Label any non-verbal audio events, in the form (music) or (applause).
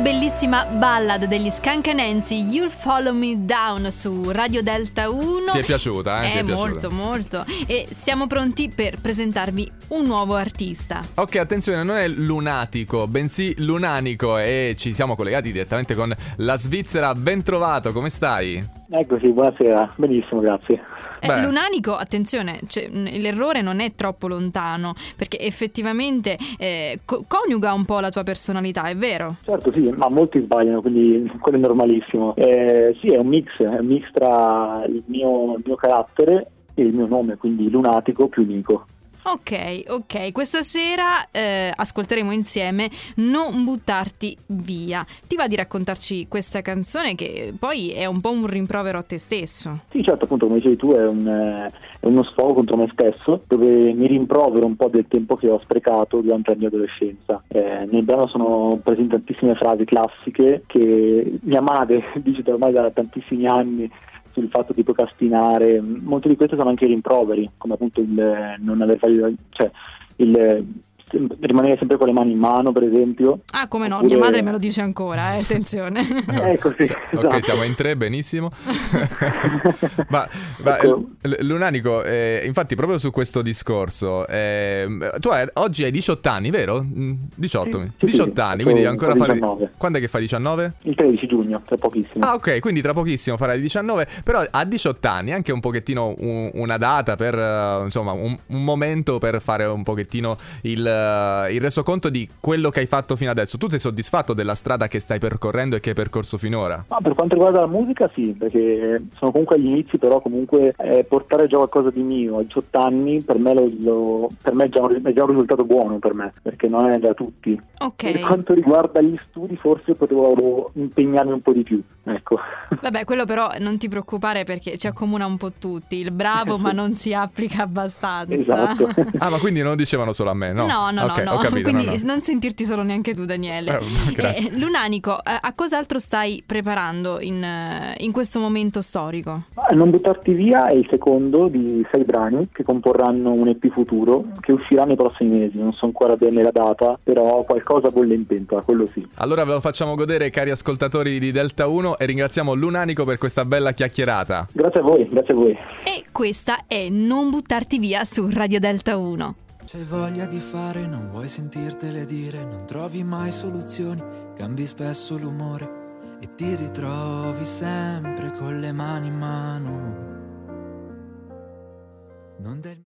bellissima ballad degli Skank Nancy, You'll Follow Me Down su Radio Delta 1. Ti è piaciuta, eh? Ti Eh, è piaciuta. molto, molto. E siamo pronti per presentarvi un nuovo artista. Ok, attenzione, non è lunatico, bensì lunanico e ci siamo collegati direttamente con la Svizzera. Ben trovato, come stai? Eccoci, buonasera. Benissimo, grazie. Eh, Beh. Lunanico, attenzione, cioè, mh, l'errore non è troppo lontano, perché effettivamente eh, co- coniuga un po' la tua personalità, è vero? Certo, sì, ma molti sbagliano, quindi quello è normalissimo. Eh, sì, è un mix, è un mix tra il mio, il mio carattere e il mio nome, quindi lunatico più unico. Ok, ok, questa sera eh, ascolteremo insieme Non buttarti via. Ti va di raccontarci questa canzone che poi è un po' un rimprovero a te stesso. Sì, certo, appunto, come dicevi tu, è, un, eh, è uno sfogo contro me stesso, dove mi rimprovero un po' del tempo che ho sprecato durante la mia adolescenza. Eh, nel brano sono presenti tantissime frasi classiche che mia madre (laughs) dice da ormai da tantissimi anni sul fatto di procrastinare. Molte di queste sono anche rimproveri, come appunto il eh, non aver fatto, cioè il eh, sem- rimanere sempre con le mani in mano, per esempio. Ah, come no, Oppure- mia madre me lo dice ancora, eh, (laughs) attenzione. Ecco, sì. esatto. Ok, siamo in tre, benissimo. (laughs) ma ma, (laughs) Ecco. eh, Lunanico, eh, infatti, proprio su questo discorso, eh, tu hai- oggi hai 18 anni, vero? Mm, 18, Sì, sì, 18 sì, anni, sì, quindi ho- ancora ho fai. 19. Quando è che fai 19? Il 13 giugno, tra pochissimo. Ah, ok, quindi tra pochissimo farai 19, però a 18 anni è anche un pochettino un- una data per, eh, insomma, un, un momento per fare un pochettino il, eh, il resoconto di quello che hai fatto fino adesso. Tu sei soddisfatto della strada che stai percorrendo e che hai percorso finora? Ma per quanto riguarda la musica sì, perché eh, sono comunque agli inizi, però comunque eh, portare già qualcosa di mio a 18 anni per me, lo- lo- per me è, già un, è già un risultato buono per me, perché non è da tutti. Per Ok, quanto riguarda gli studi forse potevo impegnarmi un po' di più, ecco. vabbè, quello però non ti preoccupare perché ci accomuna un po' tutti, il bravo ma non si applica abbastanza. Esatto. (laughs) Ah, ma quindi non dicevano solo a me, no? No, no, Ok, no, ho no. capito, quindi no, no. non sentirti solo neanche tu Daniele. Eh, (laughs) grazie. Eh, Lunanico, eh, a cos'altro stai preparando in, eh, in questo momento storico? Ma non buttarti via è il secondo di sei brani che comporranno un EP futuro che uscirà nei prossimi mesi, non so ancora bene la data, però qualcosa bolle in pentola, quello sì. Allora ve lo facciamo godere, cari ascoltatori di Delta 1, e ringraziamo Lunanico per questa bella chiacchierata. Grazie a voi, grazie a voi. E questa è Non buttarti via su Radio Delta 1. C'hai voglia di fare, non vuoi sentirtele dire, non trovi mai soluzioni, cambi spesso l'umore e ti ritrovi sempre con le mani in mano. Non del-